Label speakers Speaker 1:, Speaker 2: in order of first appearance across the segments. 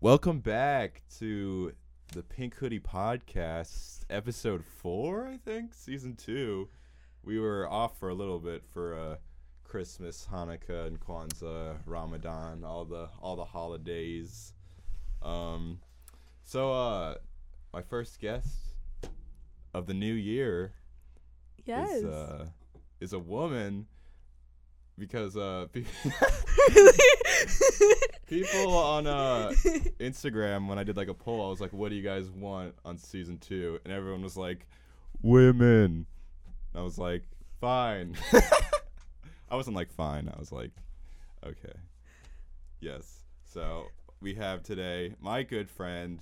Speaker 1: Welcome back to the Pink Hoodie Podcast, episode four, I think, season two. We were off for a little bit for uh, Christmas, Hanukkah, and Kwanzaa, Ramadan, all the all the holidays. Um, so uh, my first guest of the new year
Speaker 2: Yes.
Speaker 1: is uh, is a woman because uh, pe- uh, people on uh, Instagram when I did like a poll, I was like, "What do you guys want on season two? And everyone was like, "Women." And I was like, "Fine." I wasn't like fine. I was like, "Okay, yes." So we have today my good friend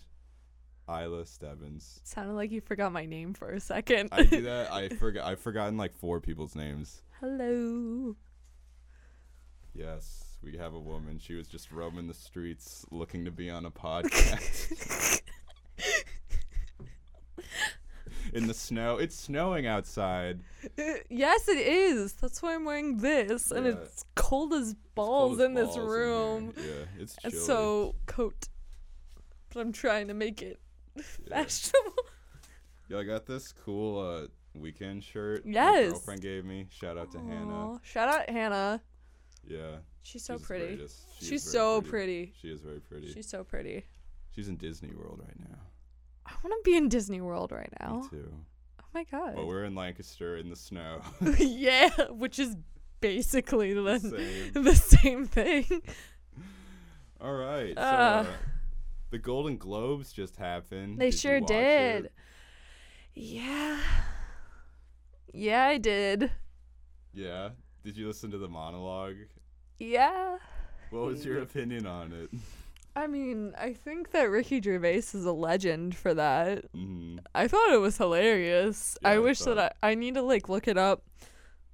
Speaker 1: Isla Stebbins.
Speaker 2: Sounded like you forgot my name for a second.
Speaker 1: I do that. I forgot. I've forgotten like four people's names.
Speaker 2: Hello.
Speaker 1: Yes, we have a woman. She was just roaming the streets looking to be on a podcast. In the snow. It's snowing outside.
Speaker 2: Uh, yes, it is. That's why I'm wearing this, and
Speaker 1: Yeah.
Speaker 2: it's cold as
Speaker 1: It's
Speaker 2: balls
Speaker 1: cold as
Speaker 2: in
Speaker 1: balls
Speaker 2: this
Speaker 1: in here.
Speaker 2: room.
Speaker 1: yeah, it's
Speaker 2: and
Speaker 1: chilly.
Speaker 2: so coat. But I'm trying to make it
Speaker 1: yeah.
Speaker 2: fashionable.
Speaker 1: Yo, I got this cool uh, weekend shirt.
Speaker 2: Yes.
Speaker 1: My girlfriend gave me. Shout out to Hannah.
Speaker 2: Aw, Shout out Hannah.
Speaker 1: Yeah.
Speaker 2: She's so
Speaker 1: she's the
Speaker 2: pretty.
Speaker 1: greatest. She is
Speaker 2: She's
Speaker 1: very
Speaker 2: so pretty.
Speaker 1: She is very pretty. She's,
Speaker 2: She's so pretty.
Speaker 1: in Disney World right now.
Speaker 2: I want to be in Disney World right now.
Speaker 1: Me too.
Speaker 2: Oh my god.
Speaker 1: But we're in Lancaster in the snow.
Speaker 2: yeah, which is basically the
Speaker 1: Same.
Speaker 2: the same thing.
Speaker 1: All right. So,
Speaker 2: Ugh.
Speaker 1: uh, the Golden Globes just happened.
Speaker 2: They
Speaker 1: Did you
Speaker 2: sure
Speaker 1: watch it?
Speaker 2: did. Yeah. Yeah, I did.
Speaker 1: Yeah. Did you listen to the monologue?
Speaker 2: Yeah.
Speaker 1: What was your opinion on it?
Speaker 2: I mean, I think that Ricky Gervais is a legend for that.
Speaker 1: Mm-hmm.
Speaker 2: I thought it was hilarious.
Speaker 1: Yeah, I
Speaker 2: I wish that I, I need to like look it up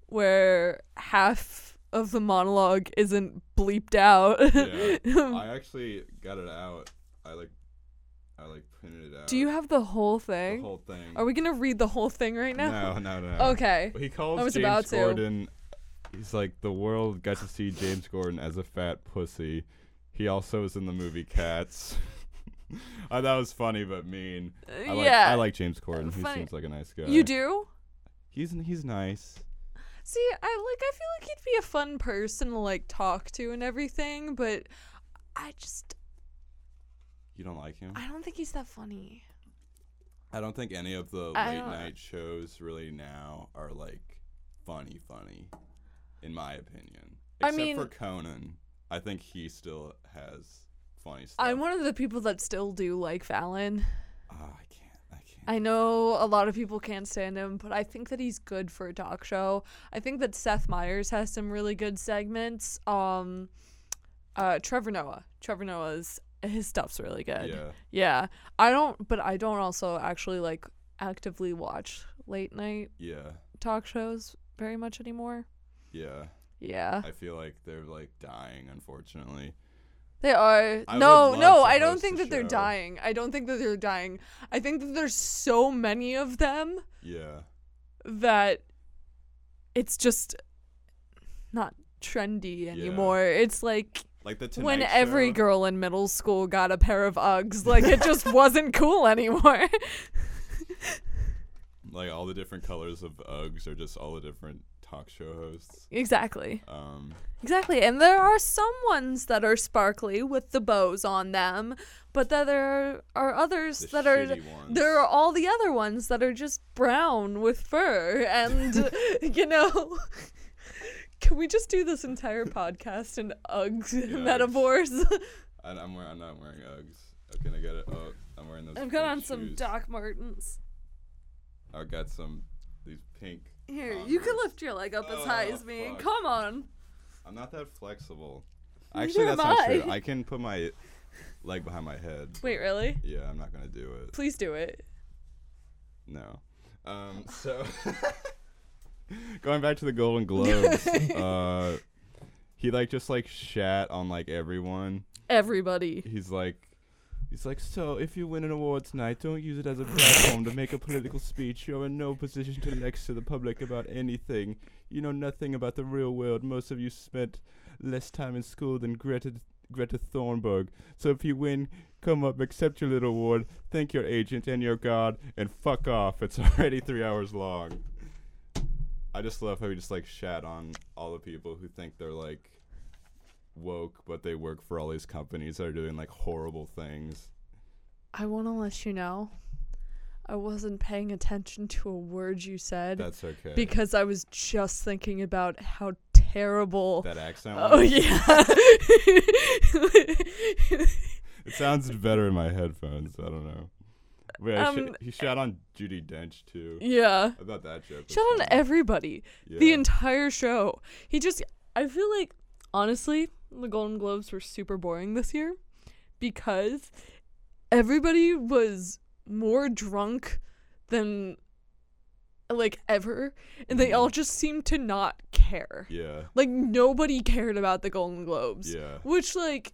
Speaker 2: where half of the monologue isn't bleeped out.
Speaker 1: Yeah. I actually got it out. I like, I like printed it out.
Speaker 2: Do you have the whole
Speaker 1: the
Speaker 2: thing?
Speaker 1: whole thing?
Speaker 2: Are we going to read the whole thing right now?
Speaker 1: No, no, no.
Speaker 2: Okay.
Speaker 1: But He calls
Speaker 2: I was
Speaker 1: James
Speaker 2: about to.
Speaker 1: Gordon. He's like the world got to see James Gordon as a fat pussy. He also is in the movie Cats. I that was funny but mean. I like,
Speaker 2: yeah.
Speaker 1: I like uh, James Corden. He
Speaker 2: funny.
Speaker 1: seems like a nice guy.
Speaker 2: you do?
Speaker 1: He's he's nice.
Speaker 2: See, I like I feel like he'd be a fun person to like talk to and everything, but I just
Speaker 1: You don't like him?
Speaker 2: I don't think he's that funny.
Speaker 1: I don't think any of the
Speaker 2: I
Speaker 1: late
Speaker 2: don't-
Speaker 1: night shows really now are like funny, funny, in my opinion.
Speaker 2: I
Speaker 1: Except for
Speaker 2: mean-
Speaker 1: Conan, I think he still has funny stuff.
Speaker 2: I'm one of the people that still do like Fallon.
Speaker 1: Ah, I can't. I can't.
Speaker 2: I know a lot of people can't stand him, but I think that he's good for a talk show. I think that Seth Meyers has some really good segments. Um uh Trevor Noah. Trevor Noah's his stuff's really good.
Speaker 1: yeah.
Speaker 2: yeah. I don't but I don't also actually like actively watch late night
Speaker 1: Yeah.
Speaker 2: talk shows very much anymore.
Speaker 1: Yeah.
Speaker 2: Yeah.
Speaker 1: I feel like they're like dying, unfortunately.
Speaker 2: They are.
Speaker 1: I
Speaker 2: no,
Speaker 1: would love
Speaker 2: no,
Speaker 1: to
Speaker 2: I don't
Speaker 1: host
Speaker 2: think
Speaker 1: the
Speaker 2: that they're
Speaker 1: show.
Speaker 2: dying. I don't think that they're dying. I think that there's so many of them
Speaker 1: Yeah.
Speaker 2: that it's just not trendy anymore. It's like
Speaker 1: Like the Tonight
Speaker 2: when every
Speaker 1: Show-
Speaker 2: girl in middle school got a pair of Uggs, like it just wasn't cool anymore.
Speaker 1: like all the different colors of Uggs are just all the different talk show hosts.
Speaker 2: exactly.
Speaker 1: Um,
Speaker 2: Exactly. And there are some ones that are sparkly with the bows on them, but then there are others
Speaker 1: the
Speaker 2: that are
Speaker 1: shitty ones.
Speaker 2: there are all the other ones that are just brown with fur and you know can we just do this entire podcast in uggs
Speaker 1: Yeah,
Speaker 2: metaphors
Speaker 1: I, I'm wearing. I'm not wearing Uggs. Okay, I got it. Oh, I'm wearing those.
Speaker 2: i've got
Speaker 1: pink
Speaker 2: on some
Speaker 1: shoes.
Speaker 2: doc martens
Speaker 1: I got some these pink.
Speaker 2: here you can
Speaker 1: Converse.
Speaker 2: lift your leg up as high
Speaker 1: Oh,
Speaker 2: as me
Speaker 1: fuck.
Speaker 2: come on
Speaker 1: I'm not that flexible.
Speaker 2: Neither
Speaker 1: Actually, that's
Speaker 2: am
Speaker 1: not true.
Speaker 2: I.
Speaker 1: I can put my leg behind my head.
Speaker 2: wait really
Speaker 1: Yeah, I'm not gonna do it.
Speaker 2: please do it
Speaker 1: No. Um, so going back to the Golden Globes, uh, he like just like shat on like everyone.
Speaker 2: everybody
Speaker 1: He's like, he's like, so if you win an award tonight, don't use it as a platform to make a political speech. You're in no position to lecture the public about anything. You know nothing about the real world. Most of you spent less time in school than Greta Greta Thornburg. So if you win, come up, accept your little award, thank your agent and your god, and fuck off. It's already three hours long. I just love how he just like shat on all the people who think they're like woke, but they work for all these companies that are doing like horrible things.
Speaker 2: I want to let you know I wasn't paying attention to a word you said
Speaker 1: That's okay.
Speaker 2: because I was just thinking about how terrible.
Speaker 1: that accent.
Speaker 2: oh,
Speaker 1: one?
Speaker 2: yeah.
Speaker 1: It sounds better in my headphones. I don't know. Wait, I sh-
Speaker 2: Um,
Speaker 1: he shot on Judy Dench too.
Speaker 2: yeah.
Speaker 1: I thought that joke. was
Speaker 2: Shut on
Speaker 1: funny.
Speaker 2: everybody.
Speaker 1: Yeah.
Speaker 2: The entire show. He just, I feel like, honestly, the Golden Globes were super boring this year because everybody was more drunk than like ever and they
Speaker 1: Mm-hmm.
Speaker 2: all just seemed to not care.
Speaker 1: yeah.
Speaker 2: Like nobody cared about the Golden Globes.
Speaker 1: Yeah.
Speaker 2: Which like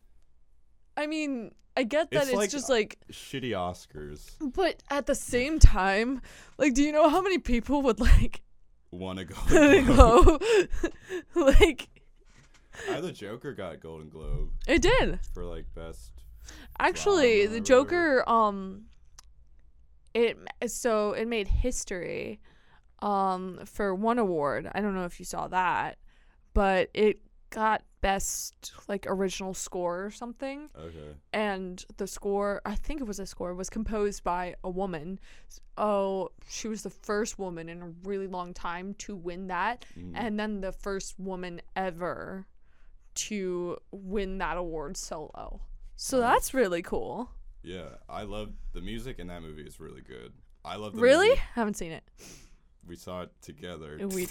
Speaker 2: I mean, I get
Speaker 1: It's
Speaker 2: that it's
Speaker 1: like- uh,
Speaker 2: just like
Speaker 1: Shitty Oscars.
Speaker 2: but at the same time, like do you know how many people would like
Speaker 1: Wanna go?
Speaker 2: go. like
Speaker 1: Either Joker got Golden Globe
Speaker 2: it did.
Speaker 1: for like best.
Speaker 2: Actually,
Speaker 1: Drama
Speaker 2: the
Speaker 1: or
Speaker 2: Joker um it so it made history um for one award. I don't know if you saw that, but it got best like original score or something
Speaker 1: Okay.
Speaker 2: and the score i think it was a score was composed by a woman S- oh she was the first woman in a really long time to win that
Speaker 1: Mm.
Speaker 2: and then the first woman ever to win that award solo so
Speaker 1: Nice.
Speaker 2: that's really cool
Speaker 1: Yeah, I love the music in that movie is really good. I love. The
Speaker 2: really
Speaker 1: movie.
Speaker 2: haven't seen it
Speaker 1: We saw it together.
Speaker 2: we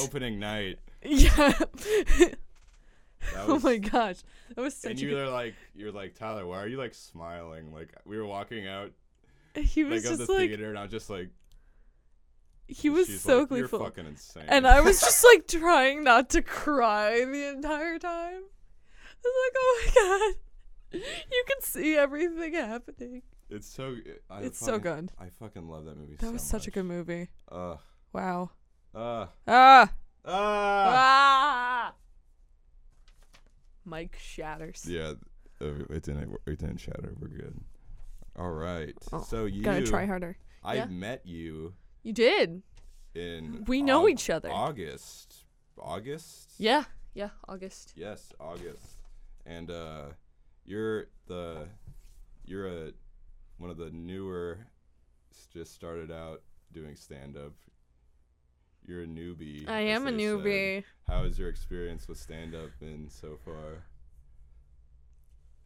Speaker 1: Opening night.
Speaker 2: yeah
Speaker 1: That
Speaker 2: oh
Speaker 1: was
Speaker 2: my gosh that was
Speaker 1: and
Speaker 2: such a
Speaker 1: you
Speaker 2: good,
Speaker 1: were like, you're like Tyler. Why are you like smiling? Like we were walking out
Speaker 2: he
Speaker 1: like
Speaker 2: was
Speaker 1: of the
Speaker 2: just like
Speaker 1: theater, and I was just like,
Speaker 2: he was
Speaker 1: she's
Speaker 2: so
Speaker 1: like,
Speaker 2: gleeful
Speaker 1: You're fucking insane.
Speaker 2: And I was just like trying not to cry the entire time. I was like, oh my god. You can see everything happening.
Speaker 1: it's so. I
Speaker 2: it's so
Speaker 1: fucking-
Speaker 2: good.
Speaker 1: I fucking love that movie.
Speaker 2: That
Speaker 1: so
Speaker 2: was such a good
Speaker 1: much.
Speaker 2: movie.
Speaker 1: Ugh.
Speaker 2: Wow.
Speaker 1: Ugh.
Speaker 2: Ah!
Speaker 1: Ah.
Speaker 2: Ah! Mike shatters.
Speaker 1: Yeah, uh, it didn't. wor- It didn't shatter. We're good. All right.
Speaker 2: Oh,
Speaker 1: so you.
Speaker 2: Gotta try harder.
Speaker 1: I
Speaker 2: yeah.
Speaker 1: met you
Speaker 2: You did.
Speaker 1: in.
Speaker 2: We know
Speaker 1: Aug-
Speaker 2: each other.
Speaker 1: August. August.
Speaker 2: Yeah. Yeah. August.
Speaker 1: Yes, August. And uh, you're the you're a one of the newer s- just started out doing stand up. You're a newbie.
Speaker 2: I
Speaker 1: as
Speaker 2: am a
Speaker 1: they said.
Speaker 2: newbie.
Speaker 1: How is your experience with stand up been so far?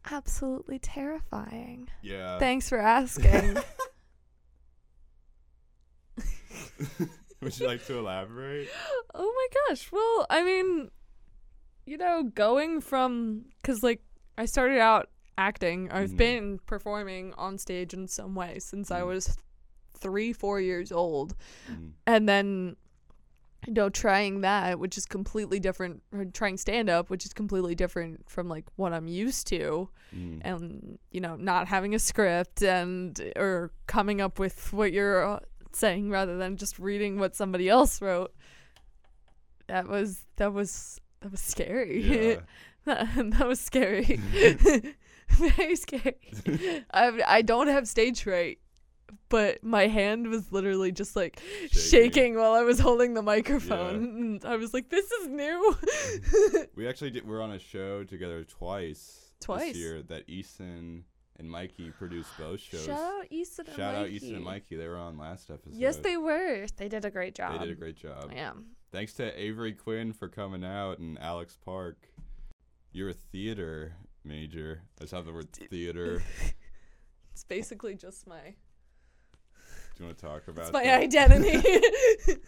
Speaker 2: Absolutely terrifying.
Speaker 1: Yeah.
Speaker 2: Thanks for asking.
Speaker 1: Would you like to elaborate?
Speaker 2: Oh my gosh. Well, I mean, you know, going from cuz like I started out acting. I've
Speaker 1: Mhm.
Speaker 2: been performing on stage in some way since I
Speaker 1: Mhm.
Speaker 2: was 3 4 years old.
Speaker 1: Mm,
Speaker 2: And then you know, trying that, which is completely different or trying stand up, which is completely different from like what I'm used to
Speaker 1: mm,
Speaker 2: and you know, not having a script and or coming up with what you're uh, saying rather than just reading what somebody else wrote. That was that was that was scary.
Speaker 1: yeah.
Speaker 2: that, was scary. Very scary. I I don't have stage fright, but my hand was literally just like shaking, while I was holding the microphone. I was like, "This is new."
Speaker 1: We actually did. We're on a show together twice.
Speaker 2: Twice?
Speaker 1: this year that Eason and Mikey produced both shows.
Speaker 2: Shout out Easton and
Speaker 1: Shout
Speaker 2: Mikey.
Speaker 1: out Easton and Mikey. They were on last episode.
Speaker 2: Yes, they were. They did a great
Speaker 1: They
Speaker 2: job.
Speaker 1: did a great job.
Speaker 2: Yeah.
Speaker 1: Thanks to Avery Quinn for coming out and Alex Park. You're a theater major. I just have the word theater.
Speaker 2: It's basically just my
Speaker 1: Do you want to talk about
Speaker 2: it's my
Speaker 1: that?
Speaker 2: identity.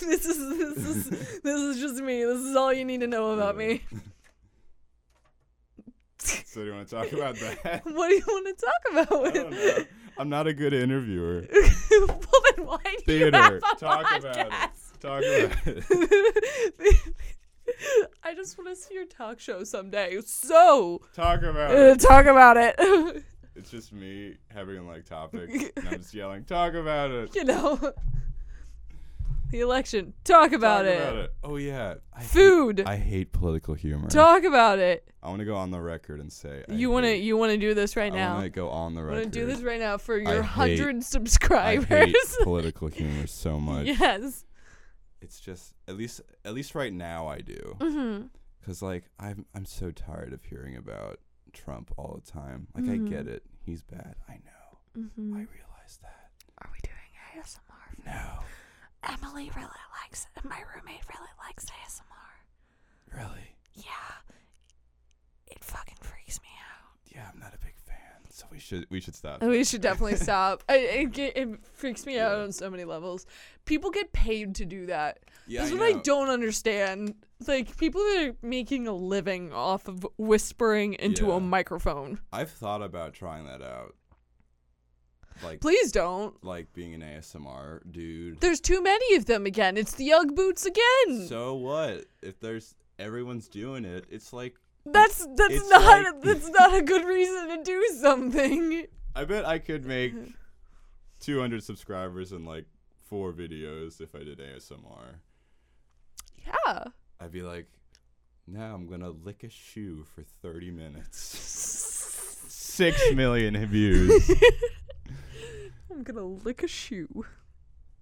Speaker 2: this is this is this is just me. This is all you need to know about
Speaker 1: Yeah.
Speaker 2: me.
Speaker 1: So do you want to talk about that?
Speaker 2: What do you want to talk about?
Speaker 1: I
Speaker 2: With?
Speaker 1: don't know. I'm not a good interviewer.
Speaker 2: well, then why do you have
Speaker 1: Theater.
Speaker 2: a
Speaker 1: Talk about it.
Speaker 2: podcast?
Speaker 1: Talk about it.
Speaker 2: I just want to see your talk show someday. So
Speaker 1: Talk about
Speaker 2: uh,
Speaker 1: it.
Speaker 2: talk about it.
Speaker 1: It's just me having like topics, and I'm just yelling, "Talk about it."
Speaker 2: you know. the election. Talk about,
Speaker 1: Talk
Speaker 2: it.
Speaker 1: Oh yeah. I hate-
Speaker 2: Food.
Speaker 1: I hate political humor.
Speaker 2: Talk about it.
Speaker 1: I want to go on the record and say I
Speaker 2: you wanna
Speaker 1: hate-
Speaker 2: you wanna do this right
Speaker 1: I
Speaker 2: now.
Speaker 1: want to go on the
Speaker 2: wanna
Speaker 1: record.
Speaker 2: do this right now for
Speaker 1: I
Speaker 2: your
Speaker 1: hate-
Speaker 2: hundred
Speaker 1: I
Speaker 2: subscribers.
Speaker 1: hate political humor so much.
Speaker 2: yes.
Speaker 1: It's just at least at least right now I do.
Speaker 2: Mm-hmm.
Speaker 1: Cause like I'm I'm so tired of hearing about Trump all the time. Like I
Speaker 2: Mhm.
Speaker 1: get it, he's bad. I know.
Speaker 2: Mm-hmm.
Speaker 1: I realize that.
Speaker 2: Are we doing ASMR?
Speaker 1: No,
Speaker 2: Emily really likes it. My roommate really likes ASMR.
Speaker 1: really.
Speaker 2: Yeah. It fucking freaks me
Speaker 1: Yeah, I'm not a big fan. So we should we should stop.
Speaker 2: out. We should definitely stop. I, it, ge- it freaks me out
Speaker 1: Yeah.
Speaker 2: on so many levels. People get paid to do that.
Speaker 1: Yeah,
Speaker 2: That's
Speaker 1: I
Speaker 2: what I
Speaker 1: know.
Speaker 2: don't understand. Like people that are making a living off of whispering into
Speaker 1: Yeah.
Speaker 2: a microphone.
Speaker 1: I've thought about trying that out. Like
Speaker 2: Please don't.
Speaker 1: like being an ASMR dude.
Speaker 2: There's too many of them again. It's the Ugg boots again.
Speaker 1: So what? If there's everyone's doing it, it's like
Speaker 2: that's that's
Speaker 1: it's
Speaker 2: not
Speaker 1: like-
Speaker 2: that's not a good reason to do something.
Speaker 1: I bet I could make 200 subscribers in like four videos if I did ASMR.
Speaker 2: Yeah.
Speaker 1: I'd be like, now I'm gonna lick a shoe for 30 minutes. Six million views.
Speaker 2: I'm gonna lick a shoe.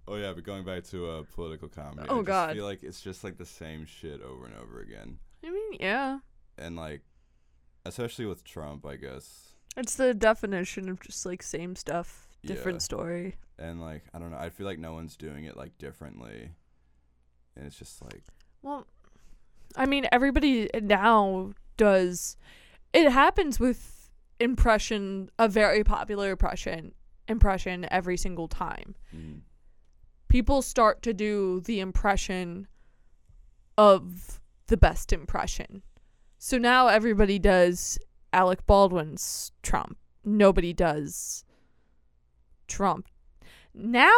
Speaker 1: oh yeah, but going back to uh, political comedy,
Speaker 2: Oh,
Speaker 1: I just
Speaker 2: God.
Speaker 1: feel like it's just like the same shit over and over again,
Speaker 2: I mean, yeah.
Speaker 1: and like, especially with Trump, I guess.
Speaker 2: It's the definition of just like same stuff, different
Speaker 1: Yeah.
Speaker 2: story.
Speaker 1: and like I don't know, I feel like no one's doing it like differently, and it's just like
Speaker 2: Well, I mean, everybody now does. It happens with impression, a very popular impression, impression every single time.
Speaker 1: mm,
Speaker 2: People start to do the impression of the best impression. So now everybody does Alec Baldwin's Trump. Nobody does Trump. Now?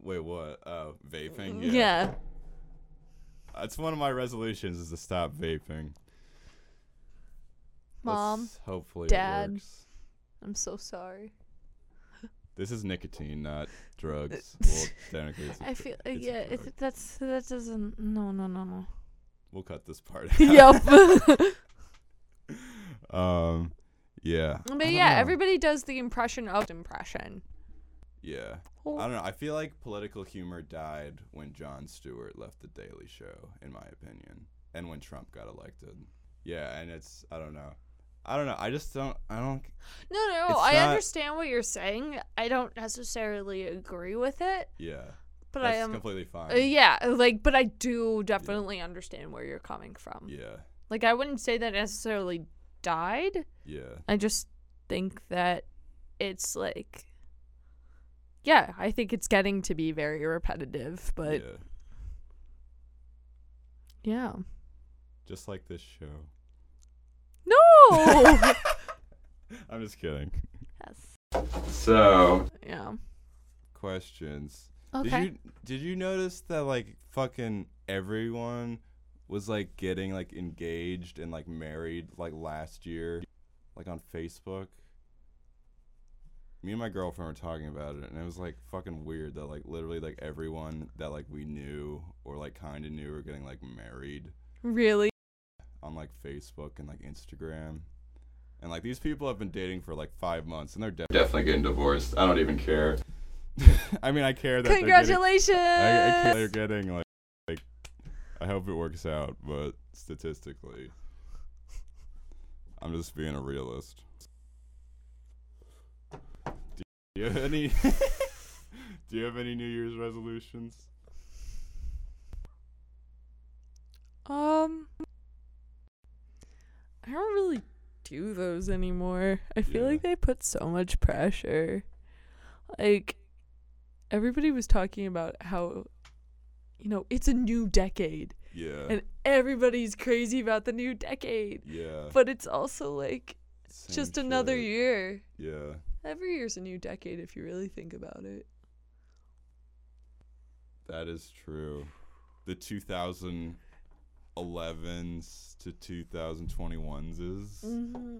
Speaker 1: wait, what? Oh, vaping. Yeah.
Speaker 2: Yeah.
Speaker 1: that's one of my resolutions is to stop vaping.
Speaker 2: Mom,
Speaker 1: Let's- hopefully,
Speaker 2: Dad.
Speaker 1: It works.
Speaker 2: I'm so sorry.
Speaker 1: This is nicotine, not drugs. well, technically, it's a
Speaker 2: I
Speaker 1: dr-
Speaker 2: feel
Speaker 1: it's a
Speaker 2: yeah, it's,
Speaker 1: drug.
Speaker 2: that's that doesn't no no no no.
Speaker 1: we'll cut this part. out.
Speaker 2: yep.
Speaker 1: Um. Yeah. I
Speaker 2: but
Speaker 1: don't
Speaker 2: yeah,
Speaker 1: know.
Speaker 2: everybody does the impression of impression.
Speaker 1: Yeah. I don't know. I feel like political humor died when Jon Stewart left The Daily Show, in my opinion, and when Trump got elected. Yeah, and it's I don't know. I don't know. I just don't. I don't.
Speaker 2: No, no,
Speaker 1: It's
Speaker 2: I
Speaker 1: not-
Speaker 2: understand what you're saying. I don't necessarily agree with it,
Speaker 1: Yeah,
Speaker 2: but
Speaker 1: that's
Speaker 2: I am
Speaker 1: completely fine.
Speaker 2: uh, yeah, like but I do definitely understand where you're coming from.
Speaker 1: yeah,
Speaker 2: Like I wouldn't say that necessarily died.
Speaker 1: yeah,
Speaker 2: I just think that it's like yeah, I think it's getting to be very repetitive, but
Speaker 1: yeah.
Speaker 2: yeah.
Speaker 1: Just like this show.
Speaker 2: No.
Speaker 1: I'm just kidding.
Speaker 2: Oh. yes.
Speaker 1: So
Speaker 2: Yeah.
Speaker 1: questions.
Speaker 2: Okay.
Speaker 1: Did you did you notice that like fucking everyone was like getting like engaged and like married like last year, like on Facebook. Me and my girlfriend were talking about it, and it was like fucking weird that like literally like everyone that like we knew or like kind of knew were getting like married
Speaker 2: really?
Speaker 1: on like Facebook and like Instagram. And like these people have been dating for like five months, and they're de- definitely getting divorced. I don't even care. I mean, I care that they're getting-
Speaker 2: Congratulations.
Speaker 1: I, I can't, they're getting like, like, I hope it works out, but statistically, I'm just being a realist. Do you have any? do you have any New Year's resolutions?
Speaker 2: um I don't really do those anymore. I feel
Speaker 1: Yeah.
Speaker 2: like they put so much pressure. Like everybody was talking about how you know, it's a new decade
Speaker 1: Yeah.
Speaker 2: and everybody's crazy about the new decade.
Speaker 1: yeah.
Speaker 2: But it's also like
Speaker 1: same
Speaker 2: just another
Speaker 1: shit.
Speaker 2: year.
Speaker 1: Yeah.
Speaker 2: Every year's a new decade if you really think about it.
Speaker 1: That is true. The 2011s to 2021s is.
Speaker 2: Mm-hmm.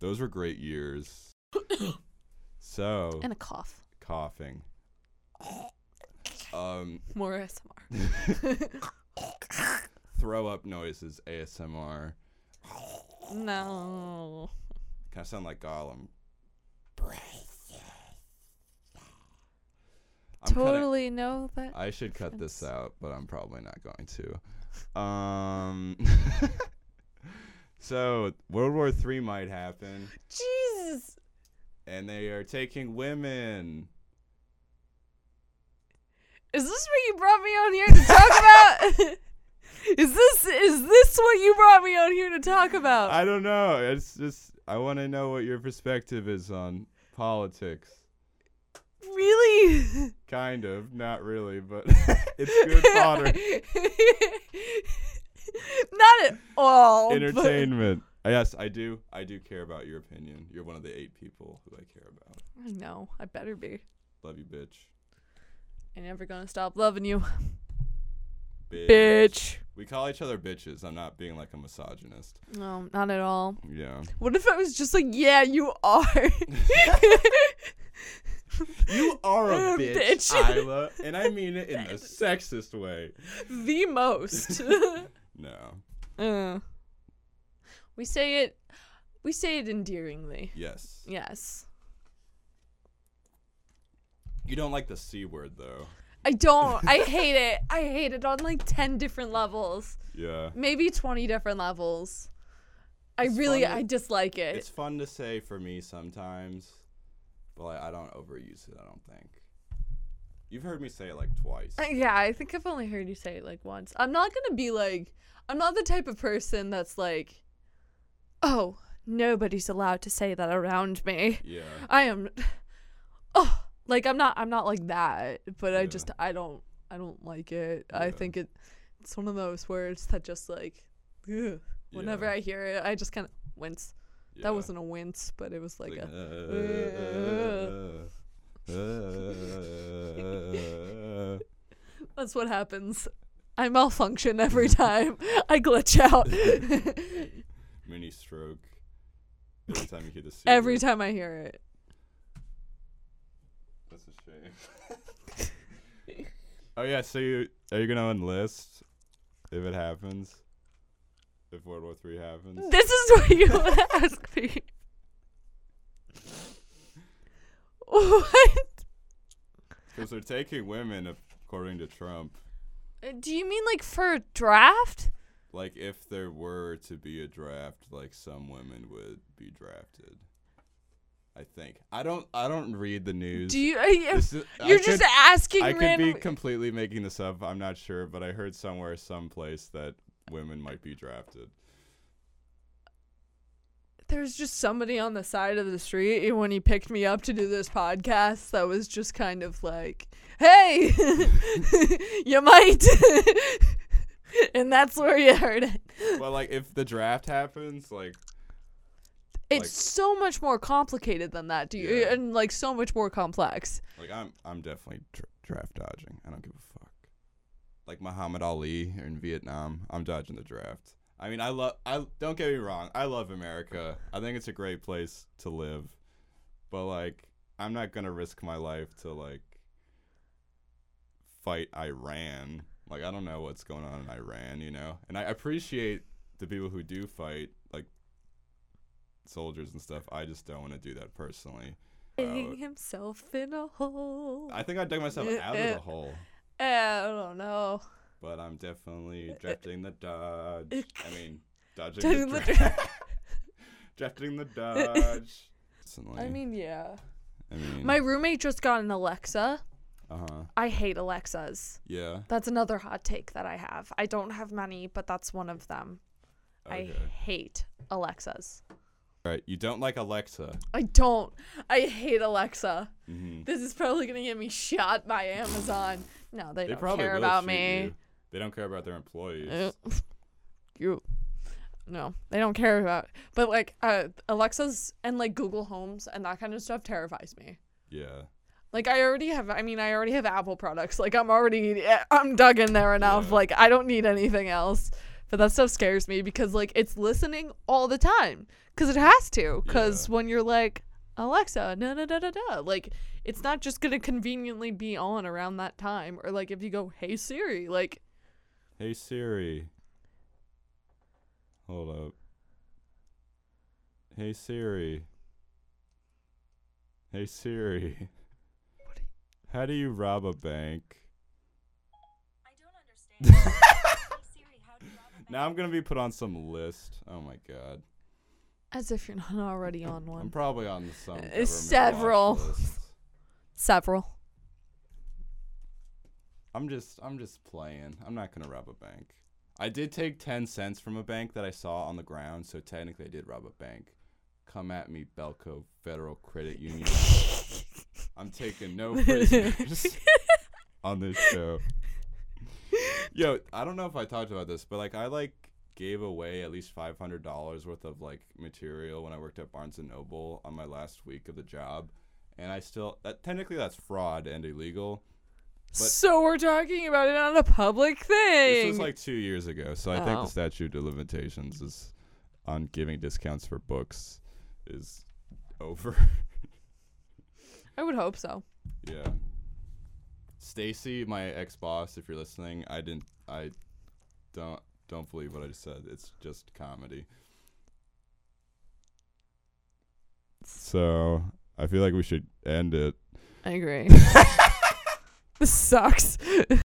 Speaker 1: Those were great years. So
Speaker 2: and a cough.
Speaker 1: coughing. Um,
Speaker 2: More ASMR.
Speaker 1: throw up noises ASMR.
Speaker 2: No.
Speaker 1: Kind of sound like Gollum. I'm cutting-
Speaker 2: totally know that.
Speaker 1: I should cut this out, but I'm probably not going to. Um, so World War Three might happen,
Speaker 2: Jesus.
Speaker 1: and they are taking women.
Speaker 2: Is this what you brought me on here to talk about? is this is this what you brought me on here to talk about?
Speaker 1: I don't know. It's just I want to know what your perspective is on politics.
Speaker 2: really?
Speaker 1: Kind of, not really, but it's good fodder.
Speaker 2: Not at all. Oh, but-
Speaker 1: Entertainment. Yes, I do. I do care about your opinion. You're one of the eight people who I care about.
Speaker 2: I know. I better be.
Speaker 1: Love you, bitch.
Speaker 2: I'm never gonna stop loving you,
Speaker 1: Bitch.
Speaker 2: bitch.
Speaker 1: We call each other bitches. I'm not being like a misogynist.
Speaker 2: No, not at all.
Speaker 1: Yeah.
Speaker 2: What if I was just like, yeah, you are.
Speaker 1: You are a
Speaker 2: Uh,
Speaker 1: bitch,
Speaker 2: bitch.
Speaker 1: Isla, and I mean it in a sexist way.
Speaker 2: the most.
Speaker 1: No.
Speaker 2: Uh, we say it. We say it endearingly.
Speaker 1: Yes.
Speaker 2: Yes.
Speaker 1: You don't like the c word though.
Speaker 2: I don't. I hate it. I hate it on like ten different levels,
Speaker 1: Yeah.
Speaker 2: maybe twenty different levels. I
Speaker 1: It's
Speaker 2: really,
Speaker 1: funny.
Speaker 2: I dislike it.
Speaker 1: It's fun to say for me sometimes, but like, I don't overuse it. I don't think. You've heard me say it like twice.
Speaker 2: Uh, Yeah, I think I've only heard you say it like once. I'm not gonna be like, I'm not the type of person that's like, oh, nobody's allowed to say that around me.
Speaker 1: yeah.
Speaker 2: I am, oh, like I'm not, I'm not like that. But I
Speaker 1: Yeah.
Speaker 2: just, I don't, I don't like it. I
Speaker 1: Yeah.
Speaker 2: think it, it's one of those words that just like, ugh. whenever
Speaker 1: Yeah.
Speaker 2: I hear it, I just kind of wince.
Speaker 1: yeah.
Speaker 2: That wasn't a wince, but it was like a.
Speaker 1: a.
Speaker 2: That's what happens. I malfunction every time. I glitch out.
Speaker 1: Mini stroke. Every time you hear the C
Speaker 2: every
Speaker 1: word.
Speaker 2: time I hear it.
Speaker 1: That's a shame. oh yeah, so you are you gonna enlist if it happens? If World War Three happens?
Speaker 2: This is what you ask me. What?
Speaker 1: Because they're taking women according to Trump.
Speaker 2: Do you mean like for a draft?
Speaker 1: Like if there were to be a draft, like some women would be drafted. I think. I don't I don't read the news.
Speaker 2: Do you? Are you
Speaker 1: This is- I
Speaker 2: you're just
Speaker 1: could-
Speaker 2: asking
Speaker 1: I could be
Speaker 2: random.
Speaker 1: completely making this up. I'm not sure, but I heard somewhere, someplace, that women might be drafted.
Speaker 2: There's just somebody on the side of the street when he picked me up to do this podcast that was just kind of like, "Hey, you might," and that's where you heard it.
Speaker 1: But like, if the draft happens, like,
Speaker 2: It's
Speaker 1: Like-
Speaker 2: so much more complicated than that, do you?
Speaker 1: Yeah.
Speaker 2: And like so much more complex.
Speaker 1: like I'm, I'm definitely dr- draft dodging. I don't give a fuck. Like Muhammad Ali in Vietnam, I'm dodging the draft. I mean, I love. I don't get me wrong. I love America. I think it's a great place to live. But like, I'm not gonna risk my life to like fight Iran. Like, I don't know what's going on in Iran, you know. And I appreciate the people who do fight, like soldiers and stuff. I just don't want to do that personally.
Speaker 2: Digging himself in a hole.
Speaker 1: Uh, I think I dug myself
Speaker 2: Yeah,
Speaker 1: out of
Speaker 2: yeah.
Speaker 1: the hole,
Speaker 2: Eh, I don't know.
Speaker 1: but I'm definitely drafting the dodge. I mean, dodging
Speaker 2: Dodging
Speaker 1: the,
Speaker 2: the
Speaker 1: dra- drafting the dodge.
Speaker 2: I mean, yeah.
Speaker 1: I mean,
Speaker 2: My roommate just got an Alexa.
Speaker 1: uh huh,
Speaker 2: I hate Alexas.
Speaker 1: yeah,
Speaker 2: That's another hot take that I have. I don't have many, but that's one of them.
Speaker 1: okay.
Speaker 2: I hate Alexas.
Speaker 1: All right, you don't like Alexa.
Speaker 2: I don't. I hate Alexa.
Speaker 1: Mhm.
Speaker 2: This is probably gonna get me shot by Amazon. No, they,
Speaker 1: They
Speaker 2: don't
Speaker 1: probably
Speaker 2: care
Speaker 1: will
Speaker 2: about
Speaker 1: shoot
Speaker 2: me.
Speaker 1: you. They don't care about their employees.
Speaker 2: Uh, you no they don't care about but like uh alexa's and like google homes and that kind of stuff terrifies me
Speaker 1: yeah,
Speaker 2: like i already have i mean i already have apple products like i'm already i'm dug in there enough
Speaker 1: Yeah.
Speaker 2: like i don't need anything else but that stuff scares me because like it's listening all the time because it has to because when you're like Alexa, da da da da da. Like, it's not just gonna conveniently be on around that time. Or like if you go, hey Siri, like,
Speaker 1: Hey Siri. Hold up. Hey Siri. Hey Siri.
Speaker 2: What do you-
Speaker 1: How do you rob a bank?
Speaker 3: I don't understand. Hey Siri, how do you rob a
Speaker 1: Now I'm
Speaker 3: bank?
Speaker 1: gonna be put on some list. Oh my god.
Speaker 2: as if you're not already on
Speaker 1: I'm
Speaker 2: one.
Speaker 1: probably on some government watch
Speaker 2: several.
Speaker 1: list.
Speaker 2: Several.
Speaker 1: I'm just I'm just playing. I'm not gonna rob a bank. I did take ten cents from a bank that I saw on the ground, so technically I did rob a bank. Come at me, Belco Federal Credit Union. I'm taking no prisoners on this show. Yo, I don't know if I talked about this, but like I like gave away at least five hundred dollars worth of like material when I worked at Barnes and Noble on my last week of the job, and I still that technically that's fraud and illegal.
Speaker 2: so we're talking about it on a public thing.
Speaker 1: This was like two years ago, so I think
Speaker 2: Oh.
Speaker 1: the statute of limitations is on giving discounts for books is over.
Speaker 2: I would hope so.
Speaker 1: yeah. Stacy, my ex boss, if you're listening, I didn't I don't don't believe what I just said. It's just comedy. So I feel like we should end it.
Speaker 2: I agree. this sucks.